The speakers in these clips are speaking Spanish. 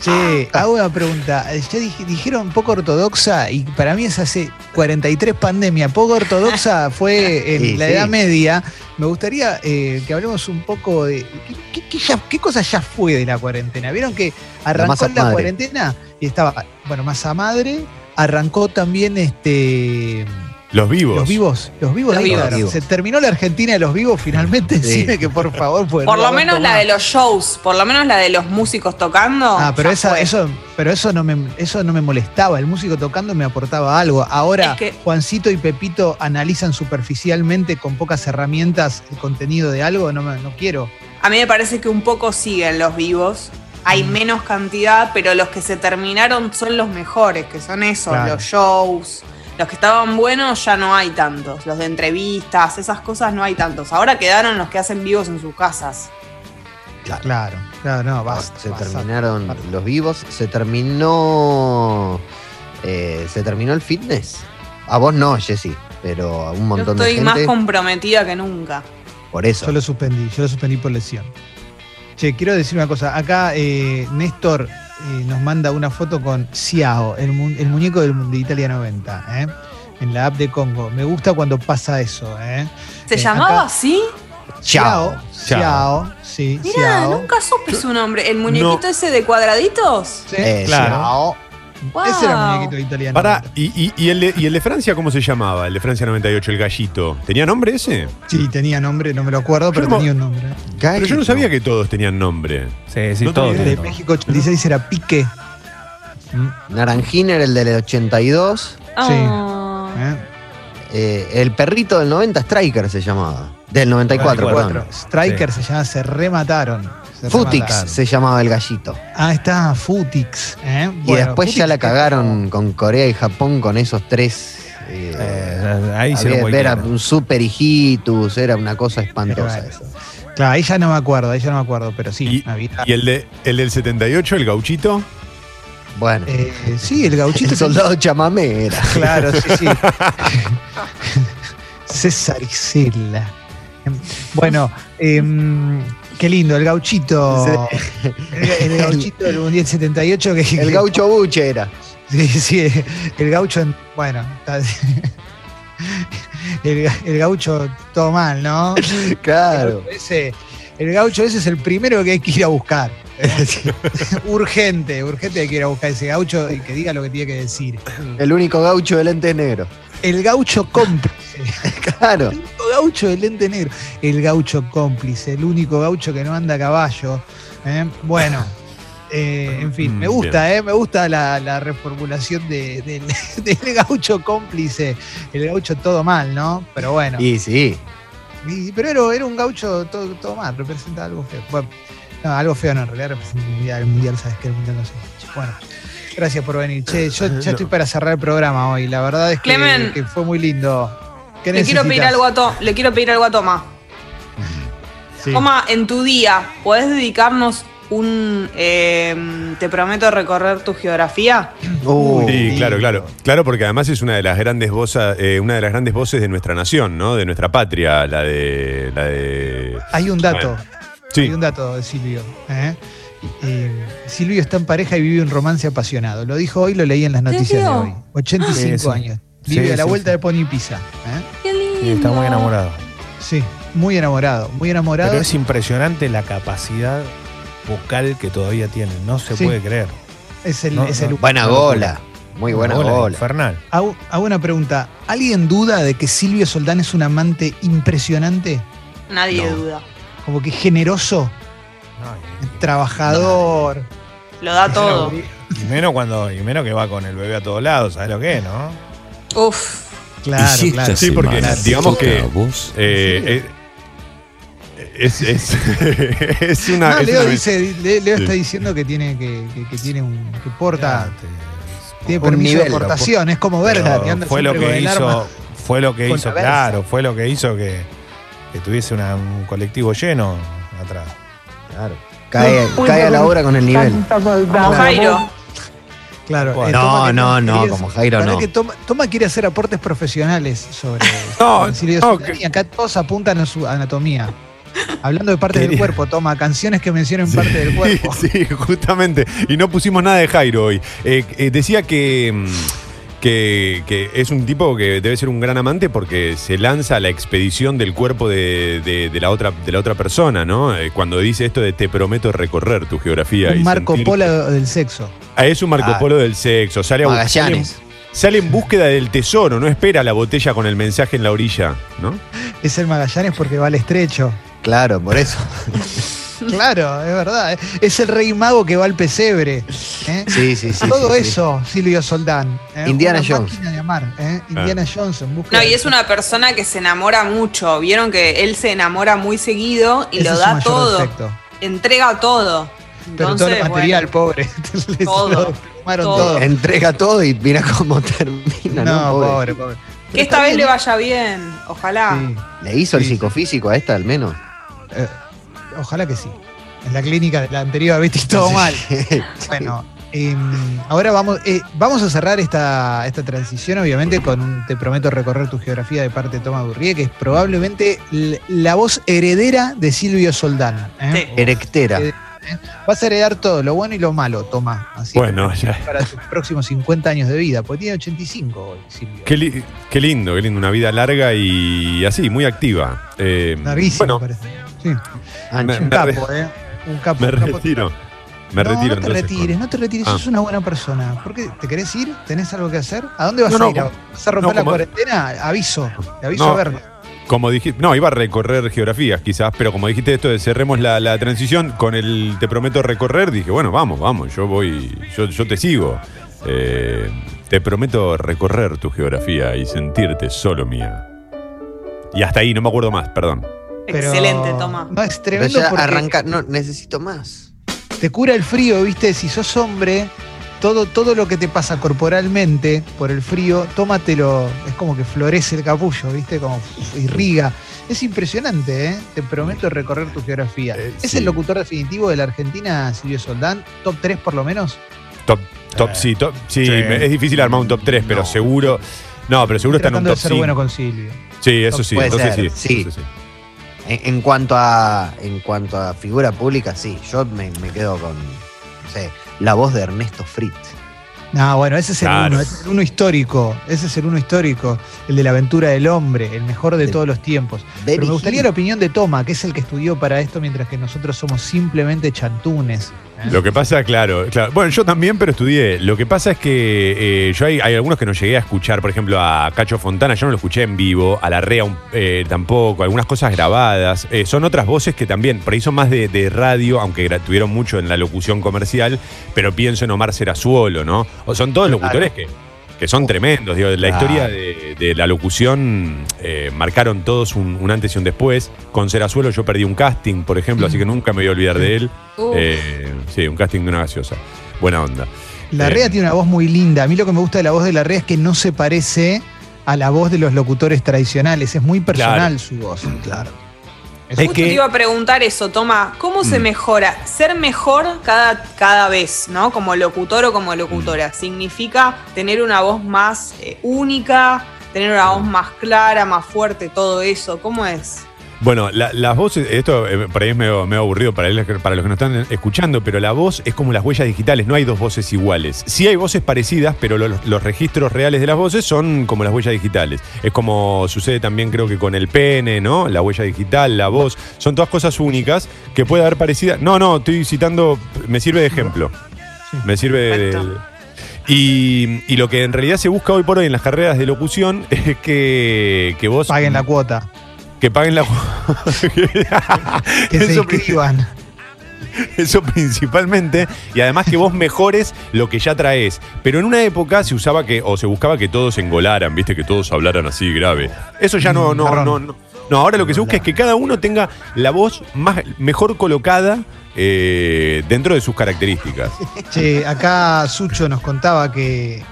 Sí, Ah, hago una pregunta. Ya dij- dijeron poco ortodoxa y para mí es hace 43 pandemia. Poco ortodoxa fue en Sí, la sí. Edad Media. Me gustaría eh, que hablemos un poco de ¿qué, qué- qué ya- qué cosa ya fue de la cuarentena. Vieron que arrancó masa la, madre. cuarentena y estaba, bueno, masa madre. Arrancó también este Los vivos. los vivos, los vivos Los de vivos. Instagram. Vivos. Se terminó la Argentina de los vivos finalmente. Sí. Decime que por favor. porque Por no lo aguanto menos la más. de los shows, por lo menos la de los músicos tocando. Ah, pero ya esa, fue. eso, pero eso no me, eso no me molestaba. El músico tocando me aportaba algo. Ahora Es que- Juancito y Pepito analizan superficialmente con pocas herramientas el contenido de algo. No, me- no quiero. A mí me parece que un poco siguen los vivos. Hay Mm. menos cantidad, pero los que se terminaron son los mejores, que son esos, Claro. los shows. Los que estaban buenos ya no hay tantos. Los de entrevistas, esas cosas no hay tantos. Ahora quedaron los que hacen vivos en sus casas. Claro, claro, no, basta. Ah, se basta. terminaron basta. los vivos, se terminó. eh, se terminó el fitness. A vos no, Jessy, pero a un Yo montón estoy de más gente. comprometida que nunca. Por eso. Yo lo suspendí, yo lo suspendí por lesión. Che, quiero decir una cosa. Acá eh, Néstor eh, nos manda una foto con Ciao, el, mu- el muñeco del, de Italia 90, ¿eh? en la app de Congo. Me gusta cuando pasa eso. ¿eh? ¿Se Eh, llamaba acá- así? Ciao, Ciao. Ciao, sí, Mirá, Ciao. nunca supe su nombre. ¿El muñequito No. ese de cuadraditos? Sí, Eh, Claro. Ciao. Wow. Ese era el muñequito italiano. Pará, y, y- y el de, y el de Francia cómo se llamaba? El de Francia 98, el gallito. ¿Tenía nombre ese? Sí, tenía nombre, no me lo acuerdo, pero Yo no- tenía un nombre. Pero yo no sabía que todos tenían nombre. Sí, sí, No Oh, todo. tenía El de idea. tiene. México 86 era ¿eh? Pique. Naranjina era el del 82. Ah. ¿eh? eh, el perrito del 90, Striker se llamaba. Del 94, 94. perdón. Striker se llama, se remataron. se remataron. Futix se llamaba el gallito. Ah, está Futix. ¿eh? y Bueno, después ya Futix la que- cagaron con Corea y Japón con esos tres. eh, Eh, ahí se había- lo era un super hijitus, era una cosa espantosa Pero eso. Claro, ahí ya no me acuerdo, ahí ya no me acuerdo, pero sí. Y- había- ¿Y el, de, el del 78, el gauchito? Bueno, eh, sí, el gauchito. el soldado chamamé era. Claro, sí, sí. César Isela. Bueno, em, qué lindo, el gauchito. El, el gauchito del Mundial 78. Que, El gaucho buche era. Sí, sí, el gaucho. en- Bueno, está- el, ga- el gaucho todo mal, ¿no? Claro. Ese, el gaucho ese es el primero que hay que ir a buscar. urgente, urgente hay que ir a buscar ese gaucho y que diga lo que tiene que decir. El único gaucho de lentes negro. El gaucho cómplice. Claro. El único gaucho del lente negro. El gaucho cómplice, el único gaucho que no anda a caballo. ¿eh? Bueno, eh, en fin, me Mm, gusta, ¿eh? me gusta la, la reformulación de- del, del gaucho cómplice. El gaucho todo mal, ¿no? Pero bueno. Y sí. Y- pero era, era un gaucho todo, todo mal, representa algo feo. Bueno, no, algo feo no, en realidad representa el mundial, el mundial, sabes que el mundial no se escucha. Bueno, gracias por venir. Che, yo ya estoy para cerrar el programa hoy. La verdad es que, Clemen. que fue muy lindo. ¿Qué Le quiero, pedir necesitas? algo a To- le quiero pedir algo a Toma. Sí. Toma, en tu día, ¿podés dedicarnos un eh, Te prometo recorrer tu geografía? Uh, Sí, lindo. claro, claro. Claro, porque además es una de las grandes voces, una de las grandes voces de nuestra nación, ¿no? De nuestra patria, la de. La de... Hay un dato, hay Sí. un dato de Silvio. ¿eh? Eh, Silvio está en pareja y vive un romance apasionado. Lo dijo hoy, lo leí en las noticias de serio? hoy. 85 Sí, sí. años. Vive Sí, a la sí, vuelta sí. de Pony Pisa. ¿eh? Qué lindo. Sí, está muy enamorado. Sí, muy enamorado, muy enamorado. Pero es impresionante la capacidad vocal que todavía tiene. No se Sí. puede creer. Es el, No, es no. el Buena gola. Muy buena Una ola gola. Infernal. Hago, hago una pregunta. ¿Alguien duda de que Silvio Soldán es un amante impresionante? Nadie No. duda. Como que generoso, Ay, trabajador. Lo da todo. Y menos cuando, y menos que va con el bebé a todos lados, ¿sabes lo que es, no? Uf. Claro, y si claro. esta Sí, porque semana te digamos toca que- a vos, Eh, eh, es, es, es una. No, es Leo, una- dice, Le- Leo Sí. está diciendo que tiene que, que- que tiene un que porta, tiene un permiso nivel, de lo pu- portación, es como Pero Berger, que anda fue lo siempre con que el arma. hizo, fue lo que con hizo, la versa. claro, fue lo que hizo que, que tuviese una- un colectivo lleno atrás. Claro. Cae, cae a la hora con el nivel. Como Jairo. Claro, No, Toma no, no, quería- como la Jairo verdad no. que Toma, Toma quiere hacer aportes profesionales sobre No, sobre Silvio no, Soldán, que- y acá todos apuntan a su anatomía. Hablando de partes del Quería- cuerpo, toma, canciones que mencionen parte del cuerpo. Sí, justamente. Y no pusimos nada de Jairo hoy. Eh, eh, decía que, mm, que, que es un tipo que debe ser un gran amante porque se lanza a la expedición del cuerpo de, de- de la, otra, de la otra persona, ¿no? Eh, cuando dice esto de te prometo recorrer tu geografía. y Un Marco sentir- Polo del sexo. Ah, es un Marco Ah. Polo del sexo. Sale a bu- Magallanes. Sale en búsqueda del tesoro, no espera la botella con el mensaje en la orilla, ¿no? Es el Magallanes porque va al estrecho. Claro, por eso. Claro, es verdad. ¿eh? Es el rey mago que va al pesebre. ¿eh? Sí, sí, sí. Todo sí, sí. eso, Silvio Soldán. ¿eh? Indiana Una Jones. máquina de amar, Ah. ¿eh? Indiana Jones en busca No, de- y es una persona que se enamora mucho. Vieron que él se enamora muy seguido y Ese lo es su da mayor todo, defecto. entrega todo. Pero Entonces, todo el bueno, material, pobre. Les Todo, lo tomaron todo. todo. Entrega todo y mira cómo termina. No, No, pobre, Pobre. pobre. que esta vez le vaya bien, ojalá. Sí. Le hizo el Sí, sí. psicofísico a esta al menos. Eh, ojalá que sí. En la clínica de la anterior, viste, todo mal. Bueno, eh, ahora vamos, eh, vamos a cerrar esta, esta transición, obviamente, con un Te prometo recorrer tu geografía de parte de Toma Burrie, que es probablemente l- la voz heredera de Silvio Soldán. ¿eh? Erectera. Vas a heredar todo, lo bueno y lo malo, Toma. Así Bueno, ya. Para tus próximos 50 años de vida, porque tiene 85 hoy, Silvio. Qué, li- qué lindo, qué lindo. Una vida larga y así, muy activa. Eh, Larguísimo, bueno, parece. Sí, Ancho. un Me re- capo, ¿eh? Un capo. me un capo retiro. Me no, retiro no te entonces. con- retires, no te retires, Ah. sos una buena persona. ¿Por qué? ¿Te querés ir? ¿Tenés algo que hacer? ¿A dónde vas No, a no, ir? como- ¿Vas a romper no, la como- cuarentena? Aviso, te aviso No. a verlo. Como dijiste, no, iba a recorrer geografías quizás, pero como dijiste esto de cerremos la, la transición con el te prometo recorrer, dije, bueno, vamos, vamos, yo voy, yo, yo te sigo. Eh, te prometo recorrer tu geografía y sentirte solo mía. Y hasta ahí, no me acuerdo más, perdón. Pero Excelente, toma. No, es Pero tremendo ya porque arranca. No, necesito más. te cura el frío, ¿viste? Si sos hombre, todo, todo lo que te pasa corporalmente por el frío, tómatelo. Es como que florece el capullo, ¿viste? Como uf, irriga. Es impresionante, ¿eh? Te prometo recorrer tu geografía. Eh, ¿Es sí. el locutor definitivo de la Argentina, Silvio Soldán? ¿Top 3 por lo menos? Top, top, Eh, sí, top, sí, sí. me- es difícil armar un top 3, pero No. seguro. No, pero seguro está en un Tratando top de ser 5. bueno con Silvio. Sí, eso sí, Puede entonces ser, sí. sí. eso sí. En, en cuanto a en cuanto a figura pública, sí. Yo me, me quedo con no sé, la voz de Ernesto Fritz. No, bueno, ese es el Claro. uno, ese es el uno histórico, ese es el uno histórico, el de la aventura del hombre, el mejor de Sí. todos los tiempos. Pero me gustaría la opinión de Toma, que es el que estudió para esto, mientras que nosotros somos simplemente chantunes. ¿eh? Lo que pasa, claro, claro. Bueno, yo también, pero estudié. Lo que pasa es que eh, yo hay, hay algunos que no llegué a escuchar, por ejemplo, a Cacho Fontana, yo no lo escuché en vivo, a la Rea un- eh, tampoco, algunas cosas grabadas. Eh, son otras voces que también, por ahí son más de, de radio, aunque gra- tuvieron mucho en la locución comercial, pero pienso en Omar Cerazuelo, ¿no? O son todos locutores que, que son tremendos. Digo, la Claro. historia de, de la locución eh, marcaron todos un, un antes y un después. Con Cerazuelo yo perdí un casting, por ejemplo, así que nunca me voy a olvidar de él. Uf. Eh, sí, un casting de una gaseosa. Buena onda. La Eh. Rea tiene una voz muy linda. A mí lo que me gusta de la voz de la Rea es que no se parece a la voz de los locutores tradicionales. Es muy personal su voz. Claro. Es Justo que- te iba a preguntar eso, Toma, ¿cómo se Mm. mejora? Ser mejor cada, cada vez, ¿no? Como locutor o como locutora. Mm. ¿Significa tener una voz más eh, única, tener una Mm. voz más clara, más fuerte, todo eso? ¿Cómo es? Bueno, la- las voces, esto eh, por ahí es medio, medio aburrido para, el- para los que nos están escuchando, pero la voz es como las huellas digitales, no hay dos voces iguales. Sí hay voces parecidas, pero los, los registros reales de las voces son como las huellas digitales. Es como sucede también creo que con el pene, ¿no? La huella digital, la voz, son todas cosas únicas que puede haber parecidas. No, no, estoy citando, me sirve de ejemplo. Me sirve de... Perfecto. Y, y lo que en realidad se busca hoy por hoy en las carreras de locución es que, que vos... Paguen la cuota. Que paguen la... Que se Eso princip- inscriban. Eso principalmente. Y además que vos mejores lo que ya traes. Pero en una época se usaba que, o se buscaba que todos engolaran, viste, que todos hablaran así grave. Eso ya no, no, Marrón. no, no. No, ahora lo que se busca es que cada uno tenga la voz más, mejor colocada eh, dentro de sus características. Che, acá Sucho nos contaba que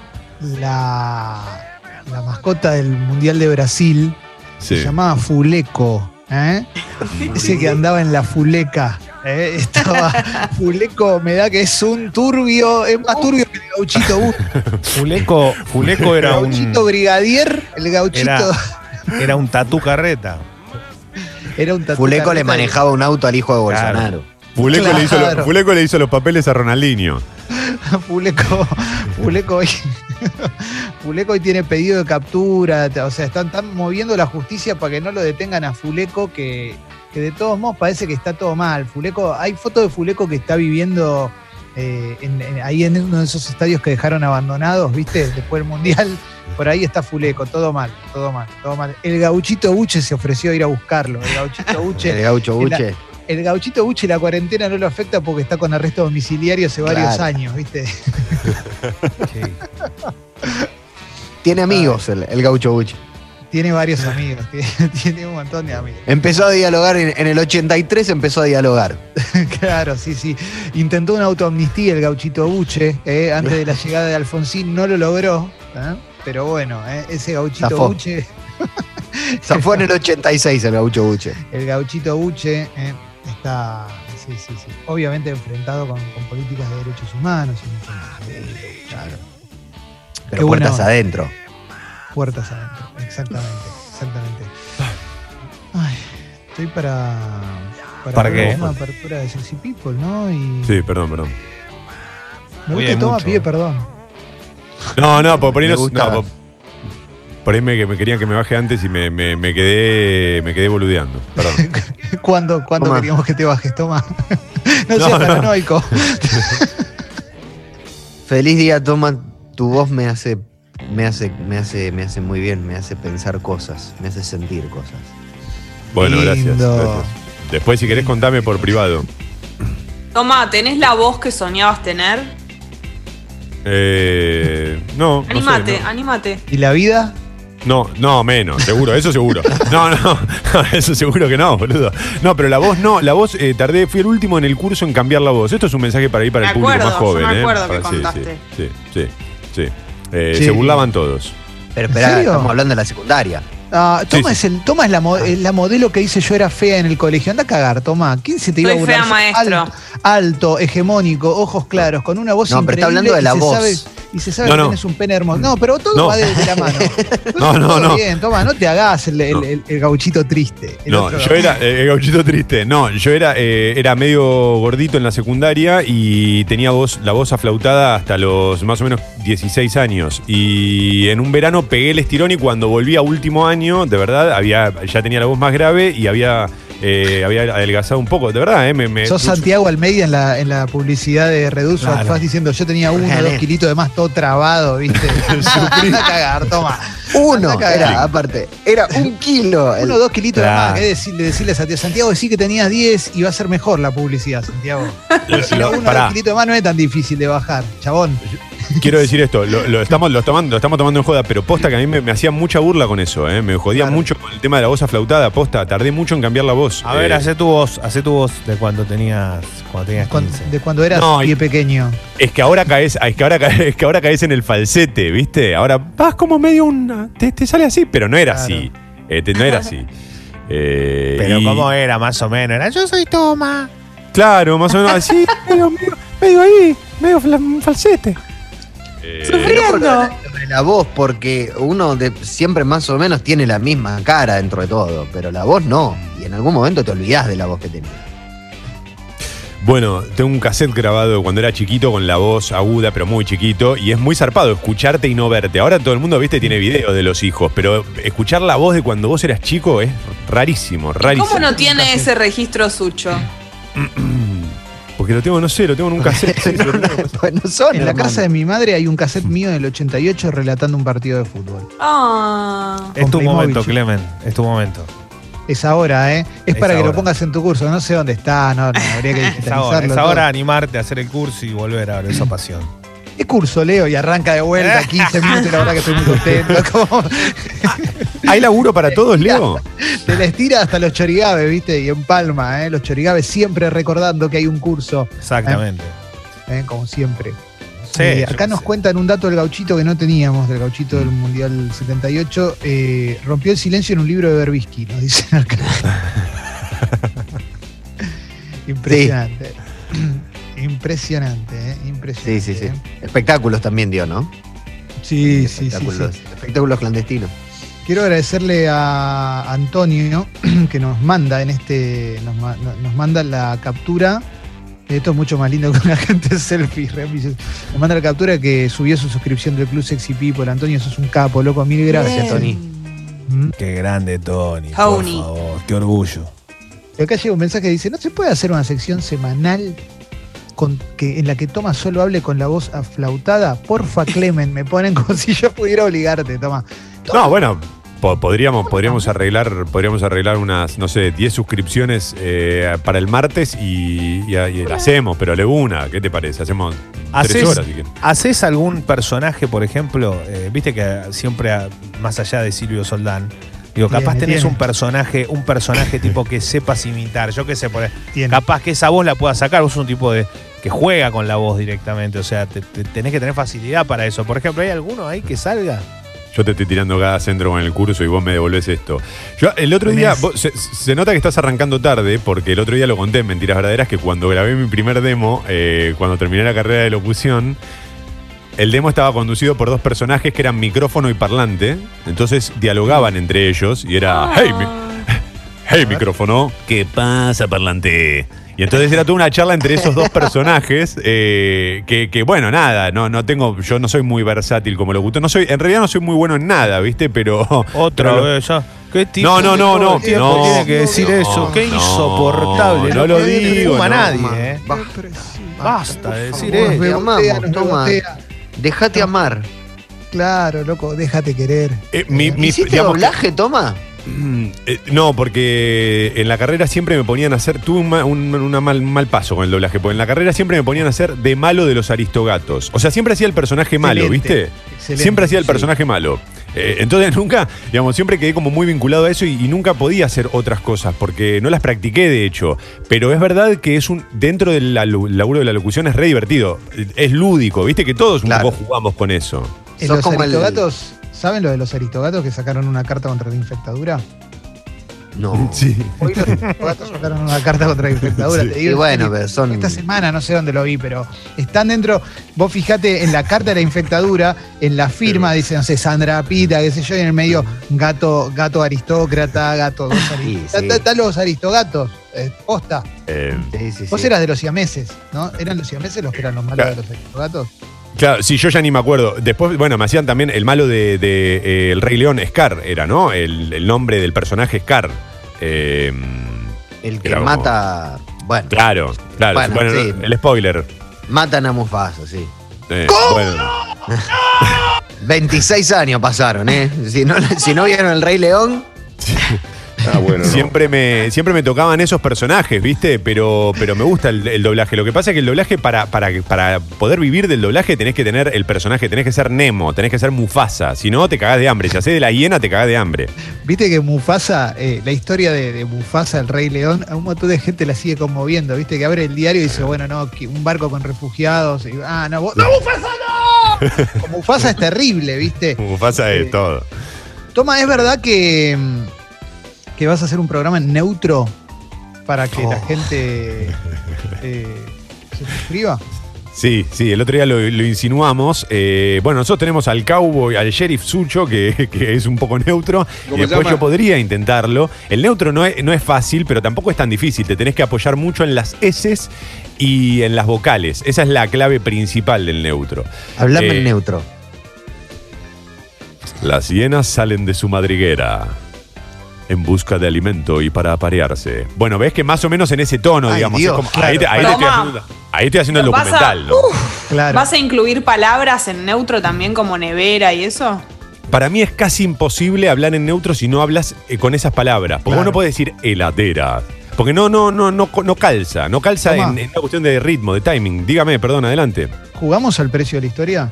la, la mascota del Mundial de Brasil se Sí. llamaba Fuleco. ¿eh? Ese que andaba en la Fuleca. ¿eh? Estaba Fuleco, me da que es un turbio, es más turbio que el gauchito Bus. Fuleco, Fuleco El era un, gauchito brigadier, el gauchito. era, era un tatú carreta. Era un tatu- Fuleco le tatu- manejaba un auto al hijo de Claro. Bolsonaro. Fuleco, le hizo Claro. lo- Fuleco le hizo los papeles a Ronaldinho. Fuleco, Fuleco hoy, Fuleco hoy tiene pedido de captura, o sea, están, están moviendo la justicia para que no lo detengan a Fuleco, que, que de todos modos parece que está todo mal. Fuleco, hay fotos de Fuleco que está viviendo eh, en- en- ahí en uno de esos estadios que dejaron abandonados, ¿viste? Después del Mundial, por ahí está Fuleco, todo mal, todo mal, todo mal. El gauchito Uche se ofreció a ir a buscarlo, el gauchito Uche. El gaucho En la- Buche. el gauchito Buche la cuarentena no lo afecta porque está con arresto domiciliario hace varios Claro. años, ¿viste? Tiene amigos el, el gaucho Buche. Tiene varios amigos, tiene, tiene un montón de amigos. Empezó a dialogar en, en el 83, empezó a dialogar. Claro, sí, sí. Intentó una autoamnistía el gauchito Buche eh, antes de la llegada de Alfonsín, no lo logró. ¿eh? Pero bueno, eh, ese gauchito Zafó. Buche, Zafó en el 86 el gaucho Buche. el gauchito Buche eh, está, sí, sí, sí. Obviamente enfrentado con, con políticas de derechos humanos y mucho más. eh, Claro. Qué Pero buena puertas onda. adentro. Puertas adentro, exactamente, exactamente. Ay, estoy para... ¿Para qué? Una apertura de Sexy People, ¿no? Y Sí, perdón, perdón. Me Hoy gusta hay toma, mucho. pide perdón. No, no, por, por ahí Me no- gusta. no, por- por ahí me, que me querían que me baje antes y me, me- me quedé me quedé boludeando. Perdón. ¿Cuándo, cuándo Toma. queríamos que te bajes? Toma. No, No, seas no. paranoico. Feliz día, toma. Tu voz me hace, me hace, me hace, me hace muy bien, me hace pensar cosas, me hace sentir cosas. Bueno, gracias, Lindo. gracias. Después, si querés, contame por privado. Toma, ¿tenés la voz que soñabas tener? Eh, no, no sé, Anímate, no. anímate. ¿Y la vida? No, no, menos, seguro, eso seguro. No, no, eso seguro que no, boludo. No, pero la voz no, la voz eh, tardé, fui el último en el curso en cambiar la voz. Esto es un mensaje para ir para Me el público acuerdo, más joven, yo me ¿eh? acuerdo que Para- sí, contaste. Sí, sí, sí. sí. Eh, Sí. Se burlaban todos. Pero ¿En espera, serio? estamos hablando de la secundaria. Ah, Sí, toma sí. es, el, toma es la, mo- es la modelo que dice yo era fea en el colegio. Anda a cagar, toma. ¿Quién se te iba a Soy burlar? fea, maestro. Alto, alto, hegemónico, ojos claros, con una voz No, pero increíble está hablando de y la se voz. sabe- y se sabe No, que no. tienes un pene hermoso. No, pero todo No. va desde la mano. No, no, Todo no. Bien, toma, no te hagas el, el- No. el- el gauchito triste. El No, otro- yo era eh, gauchito triste. No, yo era eh, era medio gordito en la secundaria y tenía voz la voz aflautada hasta los más o menos 16 años. Y en un verano pegué el estirón y cuando volví a último año, de verdad, había ya tenía la voz más grave y había eh, había adelgazado un poco. De verdad, eh, me, me- Sos Santiago Almeida en la, en la publicidad de Reduce Claro. Fast diciendo yo tenía uno, dos kilitos de más, todo trabado, ¿viste? Anda a cagar, toma. Uno, Anda a cagar. era, aparte, era un kilo. el- Uno o dos kilitos de Claro. más. que decirle, decirle a Santiago, Santiago, sí que tenías 10 y va a ser mejor la publicidad, Santiago. Pero lo- uno o dos pará. kilitos de más no es tan difícil de bajar, chabón. Quiero decir esto, lo, lo estamos, lo, tomando, lo estamos tomando en joda, pero posta que a mí me, me hacía mucha burla con eso, ¿eh? me jodía Claro. mucho con el tema de la voz aflautada, posta, tardé mucho en cambiar la voz. A ver, Eh, hace tu voz, hace tu voz de cuando tenías, cuando tenías Cuan- 15. de cuando eras No, y- pie pequeño. Es que ahora caes, es que ahora caes, es que ahora caes en el falsete, ¿viste? Ahora vas como medio una. Te, te sale así, pero no era Claro. así. Eh, te- no era así. Eh, Pero y- cómo era, más o menos. Era yo soy Toma. Claro, más o menos así, medio, medio- medio ahí, medio fla- falsete. Eh, Pero con lo de la- lo de la voz, porque uno de, siempre más o menos tiene la misma cara dentro de todo, pero la voz no. Y en algún momento te olvidás de la voz que tenías. Bueno, tengo un cassette grabado cuando era chiquito con la voz aguda, pero muy chiquito, y es muy zarpado escucharte y no verte. Ahora todo el mundo, viste, tiene videos de los hijos, pero escuchar la voz de cuando vos eras chico es rarísimo, rarísimo. ¿Cómo no tiene ese registro sucho? Porque lo tengo, no sé, lo tengo en un cassette. sí, lo tengo en un cassette. Pues no son, En la hermano. casa de mi madre hay un cassette mío del 88 relatando un partido de fútbol. Ah. Es tu Playmobil, momento, chico. Clemen. Es tu momento. Es ahora, ¿eh? Es, Es para que lo ahora. pongas en tu curso. No sé dónde está, no, no, habría que Es ahora, digitalizarlo. es todo. ahora animarte a hacer el curso y volver a ver esa pasión. ¿Qué curso leo? Y arranca de vuelta 15 minutos y la verdad que estoy muy contento. Como ¿Hay laburo para todos, Leo? te la estira hasta los chorigaves, ¿viste? Y en Palma, ¿eh? Los chorigaves siempre recordando que hay un curso, Exactamente. ¿eh? Como siempre. Sí, Eh, yo acá qué nos sé. Mm. cuentan un dato del gauchito que no teníamos, del gauchito del Mundial 78. eh, rompió el silencio en un libro de Berbisky, nos dicen acá. Impresionante. Impresionante, ¿eh? Sí, Impresionante. sí, sí. ¿eh? Espectáculos también dio, ¿no? Sí, sí, sí, sí. espectáculos, espectáculos clandestinos. Quiero agradecerle a Antonio que nos manda en este. Nos, ma- nos manda la captura. Esto es mucho más lindo que una gente selfie. re ambicioso. Nos manda la captura que subió su suscripción del Club Sexy People. Antonio, sos un capo, loco. Mil gracias, Bien. Tony. Mm. Qué grande, Tony. Tony. Por favor, qué orgullo. Y acá llega un mensaje que dice: ¿No se puede hacer una sección semanal con, que, en la que Toma solo hable con la voz aflautada? Porfa, Clemen, me ponen como si yo pudiera obligarte, Toma. No, bueno, po- podríamos, podríamos arreglar, podríamos arreglar unas, no sé, 10 suscripciones eh, para el martes y, y- y la hacemos, pero le una, ¿qué te parece? Hacemos tres ¿Haces, horas si quieres. haces algún personaje, por ejemplo? eh, Viste que siempre, a- más allá de Silvio Soldán, digo, Bien, capaz me tenés tiene. un personaje, un personaje tipo que sepas imitar. Yo qué sé, por, Tiene. capaz que esa voz la puedas sacar. Vos sos un tipo de que juega con la voz directamente. O sea, te- te- tenés que tener facilidad para eso. Por ejemplo, ¿hay alguno ahí que salga? Yo te estoy tirando cada centro con el curso y vos me devolvés esto. Yo, el otro día, Tenés- vos- se, se nota que estás arrancando tarde, porque el otro día lo conté en Mentiras Verdaderas, que cuando grabé mi primer demo, eh, cuando terminé la carrera de locución, el demo estaba conducido por dos personajes que eran micrófono y parlante, entonces dialogaban entre ellos y Ah. era, Ah, hey, mi- Hey, micrófono. ¿Qué pasa, parlante? Y entonces era toda una charla entre esos dos personajes eh, que, que, bueno, nada, no, no tengo, yo no soy muy versátil como locutor. No soy, en realidad no soy muy bueno en nada, ¿viste? Pero. Otra pero lo- vez, ya. ¿Qué tipo eh, No, no, de no, no, tiempo no, tiene que decir no, eso? Qué no, insoportable. no lo le digo, fuma a no. nadie, ¿eh? Basta, Basta por de decir favor, eso. Te Nos amamos, bebotea, nos Toma. bebotea. Dejate amar. Claro, loco, déjate querer. eh, mi- mi- ¿Hiciste digamos que- doblaje, Toma? Mm, eh, no, porque en la carrera siempre me ponían a hacer. Tuve un, ma- un- una mal, mal paso con el doblaje, porque en la carrera siempre me ponían a hacer de malo de los aristogatos. O sea, siempre hacía el personaje malo, Excelente, ¿viste? excelente, siempre hacía el sí. personaje malo. Eh, entonces nunca, digamos, siempre quedé como muy vinculado a eso y, y nunca podía hacer otras cosas porque no las practiqué de hecho. Pero es verdad que es un dentro del labu- laburo de la locución es re divertido, es lúdico, viste que todos un Claro. poco jugamos con eso. Eh, Sos los como el- aristogatos, ¿saben lo de los aristogatos que sacaron una carta contra la infectadura? No. Sí. Hoy los aristogatos sacaron una carta contra la infectadura. Sí. te Y digo, bueno, esta- pero son. Esta semana no sé dónde lo vi, pero están dentro. Vos fijate en la carta de la infectadura, en la firma, dice, no sé, Sandra Pita, qué sé yo, y en el medio, gato, gato aristócrata, gato, dos Sí, aristócratas. sí. Están los aristogatos, eh, posta. Eh, Sí, sí, Vos sí. eras de los siameses, ¿no? ¿Eran los siameses los que eran los malos de Claro. los aristogatos? Claro, sí, yo ya ni me acuerdo. Después, bueno, me hacían también el malo de, de, eh, El Rey León, Scar, era, ¿no? El, el nombre del personaje Scar. Eh, El que Era como- mata. Bueno, claro, claro. Bueno, Bueno, sí. el spoiler. matan a Mufasa, sí. Eh, bueno. 26 años pasaron, ¿eh? Si no, si no vieron El Rey León, Ah, bueno. no. Siempre me, siempre me tocaban esos personajes, ¿viste? Pero, pero me gusta el, el doblaje. Lo que pasa es que el doblaje, para, para, para poder vivir del doblaje, tenés que tener el personaje, tenés que ser Nemo, tenés que ser Mufasa. Si no, te cagás de hambre. Si hacés de la hiena, te cagás de hambre. Viste que Mufasa, eh, la historia de, de Mufasa, el Rey León, a un montón de gente la sigue conmoviendo. Viste que abre el diario y dice, bueno, no, que un barco con refugiados. y, ah, no, vos- ¡No, Mufasa, no! Con Mufasa es terrible, viste. Mufasa es todo. Toma, ¿es verdad que, mm, que vas a hacer un programa neutro para que la Oh. gente eh, se suscriba? Sí, sí, el otro día lo, lo insinuamos. Eh, bueno, nosotros tenemos al cowboy, al sheriff Sucho, que, que es un poco neutro. Y ¿Cómo se después llama? yo podría intentarlo. El neutro no es, no es fácil, pero tampoco es tan difícil. Te tenés que apoyar mucho en las S y en las vocales. Esa es la clave principal del neutro. hablame Eh, en neutro. Las hienas salen de su madriguera en busca de alimento y para aparearse. Bueno, ves que más o menos en ese tono, Ay, digamos. es Dios, como- claro. ahí, te, ahí te estoy Tomá. haciendo, ahí estoy haciendo el Lo pasa- documental, ¿no? Claro. ¿Vas a incluir palabras en neutro también como nevera y eso? Para mí es casi imposible hablar en neutro si no hablas eh, con esas palabras. Porque Claro. vos no podés decir heladera. Porque no, no, no, no, no calza. No calza Tomá. en, en una cuestión de ritmo, de timing. Dígame, perdón, adelante. ¿Jugamos al precio de la historia?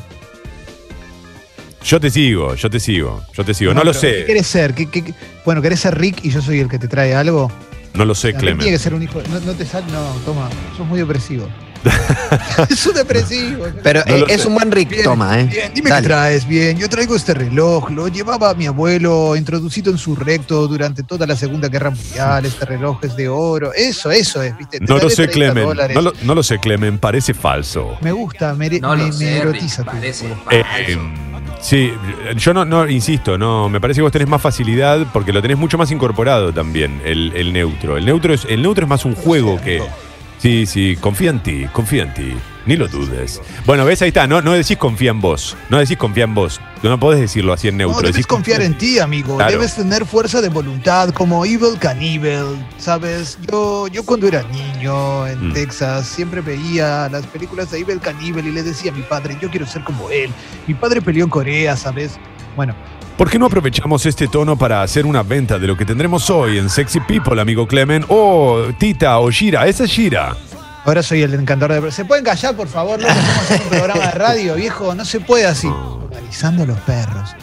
Yo te sigo, yo te sigo, yo te sigo. No, lo pero ¿Qué sé, querés ser? ¿Qué- qué- qué- Bueno, ¿querés ser Rick y yo soy el que te trae algo? no lo sé, También Tiene que Clemen. ser un hijo. No, no te sal, no, toma, sos muy depresivo. es un depresivo. Pero No eh, lo es sé. un buen Rick, Bien, toma, ¿eh? Bien, dime Dale. qué traes, bien. Yo traigo este reloj, lo llevaba mi abuelo, introducido en su recto durante toda la Segunda Guerra Mundial. Este reloj es de oro. Eso, eso es, ¿viste? Te No lo daré sé, 30 Clemen. dólares. No lo, no lo sé, Clemen. Parece falso. Me gusta, me, No me- lo me sé, Rick, erotiza. tu- parece Eh, falso. em, Sí, yo no, no, insisto, no, me parece que vos tenés más facilidad porque lo tenés mucho más incorporado también, el, el neutro. El neutro es, el neutro es más un juego que. Sí, sí, confía en ti, confía en ti. Ni lo dudes. Bueno, ves, ahí está, no, no decís confía en vos. No decís confía en vos. No podés decirlo así en neutro. No, debes decís confiar en ti, amigo. Claro. Debes tener fuerza de voluntad, como Evil Cannibal, ¿sabes? Yo, yo cuando era niño en Mm. Texas siempre veía las películas de Evil Cannibal y le decía a mi padre, yo quiero ser como él. Mi padre peleó en Corea, ¿sabes? Bueno, ¿Por qué no aprovechamos este tono para hacer una venta de lo que tendremos hoy en Sexy People, amigo Clemen? O Tita o Gira, esa es Gira. ahora soy el encantador de... ¿Se pueden callar, por favor? No, que estamos haciendo un programa de radio, viejo. No se puede así. Organizando los perros.